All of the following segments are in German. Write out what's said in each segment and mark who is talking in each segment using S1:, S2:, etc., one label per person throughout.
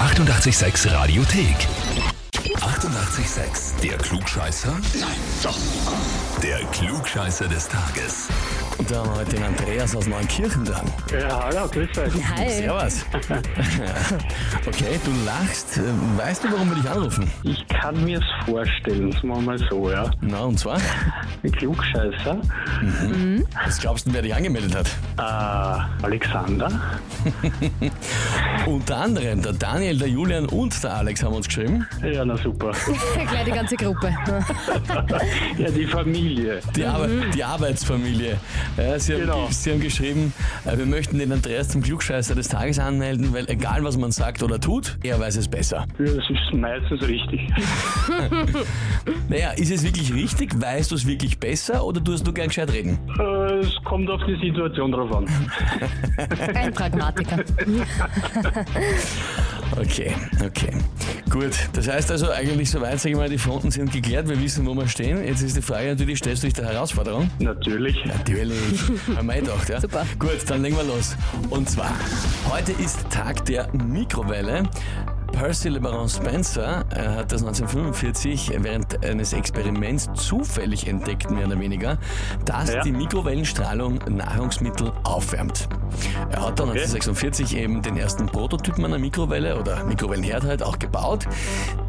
S1: 886 Radiothek. 88,6. Der Klugscheißer? Nein, doch. Der Klugscheißer des Tages.
S2: Und da haben wir heute den Andreas aus Neunkirchen dran.
S3: Ja, hallo, grüß euch.
S4: Hi.
S2: Servus. okay, du lachst. Ähm, Weißt du, warum wir dich anrufen?
S3: Ich kann mir's vorstellen, sagen wir mal so, ja.
S2: Na, und zwar?
S3: Ein Klugscheißer.
S2: Was glaubst du, wer dich angemeldet hat?
S3: Äh, Alexander.
S2: Unter anderem der Daniel, der Julian und der Alex haben uns geschrieben.
S3: Ja, na super.
S4: Gleich die ganze Gruppe.
S3: Ja, die Familie.
S2: Die, Arbe die Arbeitsfamilie. Ja, sie, haben,
S3: Genau.
S2: sie haben geschrieben, äh, wir möchten den Andreas zum Klugscheißer des Tages anmelden, weil egal was man sagt oder tut, er weiß es besser.
S3: Ja, das ist meistens richtig.
S2: Naja, ist es wirklich richtig? Weißt du es wirklich besser oder tust du gern gescheit reden?
S3: Äh, es kommt auf die Situation drauf an.
S4: Ein Pragmatiker.
S2: Okay, okay. Gut, das heißt also eigentlich soweit, sage ich mal, die Fronten sind geklärt, wir wissen, wo wir stehen. Jetzt ist die Frage natürlich, stellst du dich der Herausforderung?
S3: Natürlich.
S2: Natürlich, haben wir eh gedacht, ja?
S4: Super.
S2: Gut, dann legen wir los. Und zwar, heute ist Tag der Mikrowelle. Percy LeBaron Spencer äh, hat das 1945 während eines Experiments zufällig entdeckt, mehr oder weniger, dass
S3: Ja.
S2: die Mikrowellenstrahlung Nahrungsmittel aufwärmt. Er hat dann 1946 eben den ersten Prototypen einer Mikrowelle oder Mikrowellenherd halt auch gebaut.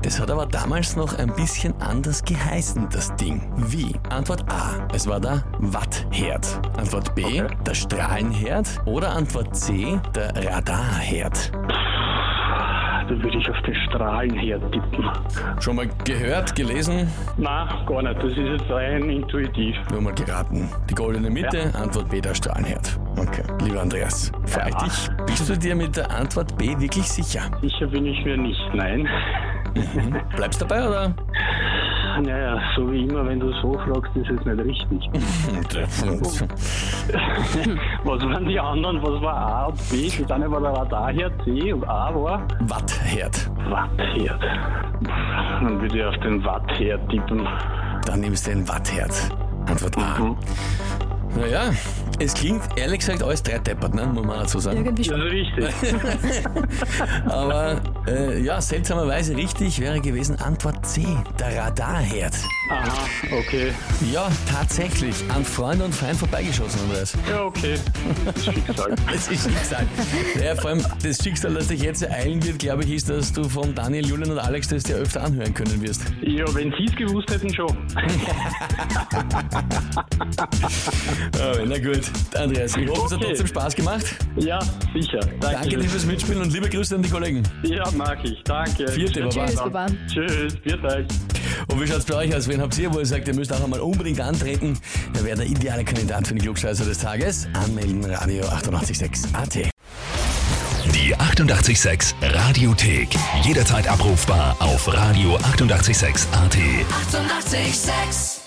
S2: Das hat aber damals noch ein bisschen anders geheißen, das Ding. Wie? Antwort A. Es war der Wattherd. Antwort B. Der Strahlenherd. Oder Antwort C. Der Radarherd.
S3: Da würde ich auf den Strahlenherd tippen.
S2: Schon mal gehört, gelesen,
S3: Na, gar nicht. Das ist jetzt rein intuitiv.
S2: nur mal geraten. Die goldene Mitte, Antwort B. Der Strahlenherd. Okay. Lieber Andreas, frag dich, bist du dir mit der Antwort B wirklich sicher?
S3: Sicher bin ich mir nicht, nein.
S2: Bleibst dabei oder?
S3: Naja, so wie immer, wenn du so fragst, ist es nicht richtig.
S2: Oh.
S3: Was waren die anderen? Was war A und B? Das eine war der Radarherd, C und A war
S2: Wattherd.
S3: Wattherd. Pff, Dann würde ich auf den Wattherd tippen.
S2: Dann nimmst du den Wattherd. Antwort A. Naja, es klingt ehrlich gesagt alles dreideppert, ne? muss man dazu sagen.
S4: Irgendwie
S3: Das
S4: schon.
S3: ist richtig.
S2: Aber äh, ja, seltsamerweise richtig wäre gewesen Antwort C, der Radarherd.
S3: Aha, okay.
S2: Ja, tatsächlich, an Freund und Feind vorbeigeschossen, Andreas.
S3: Ja, okay. Das ist halt. Schicksal.
S2: Das ist Schicksal. Ja, vor allem das Schicksal, das dich jetzt ereilen wird, glaube ich, ist, dass du von Daniel, Julian und Alex das dir öfter anhören können wirst.
S3: Ja, wenn sie es gewusst hätten, schon.
S2: Oh, na gut, Andreas, ich hoffe, es hat
S3: Okay.
S2: trotzdem Spaß gemacht.
S3: Ja, sicher. Danke.
S2: Danke dir fürs Mitspielen und liebe Grüße an die Kollegen.
S3: Ja, mag ich. Danke.
S2: Vierte, Baba.
S4: Tschüss, Baba.
S3: Tschüss, viert euch.
S2: Und wie schaut's bei euch aus? Wen habt ihr, wo ihr sagt, ihr müsst auch einmal unbedingt antreten? Ihr wäre der ideale Kandidat für den Klugscheißer des Tages. Anmelden, Radio 886 AT.
S1: Die 88,6 Radiothek. Jederzeit abrufbar auf radio886.at. 88,6.
S5: Eighty-eight, sex.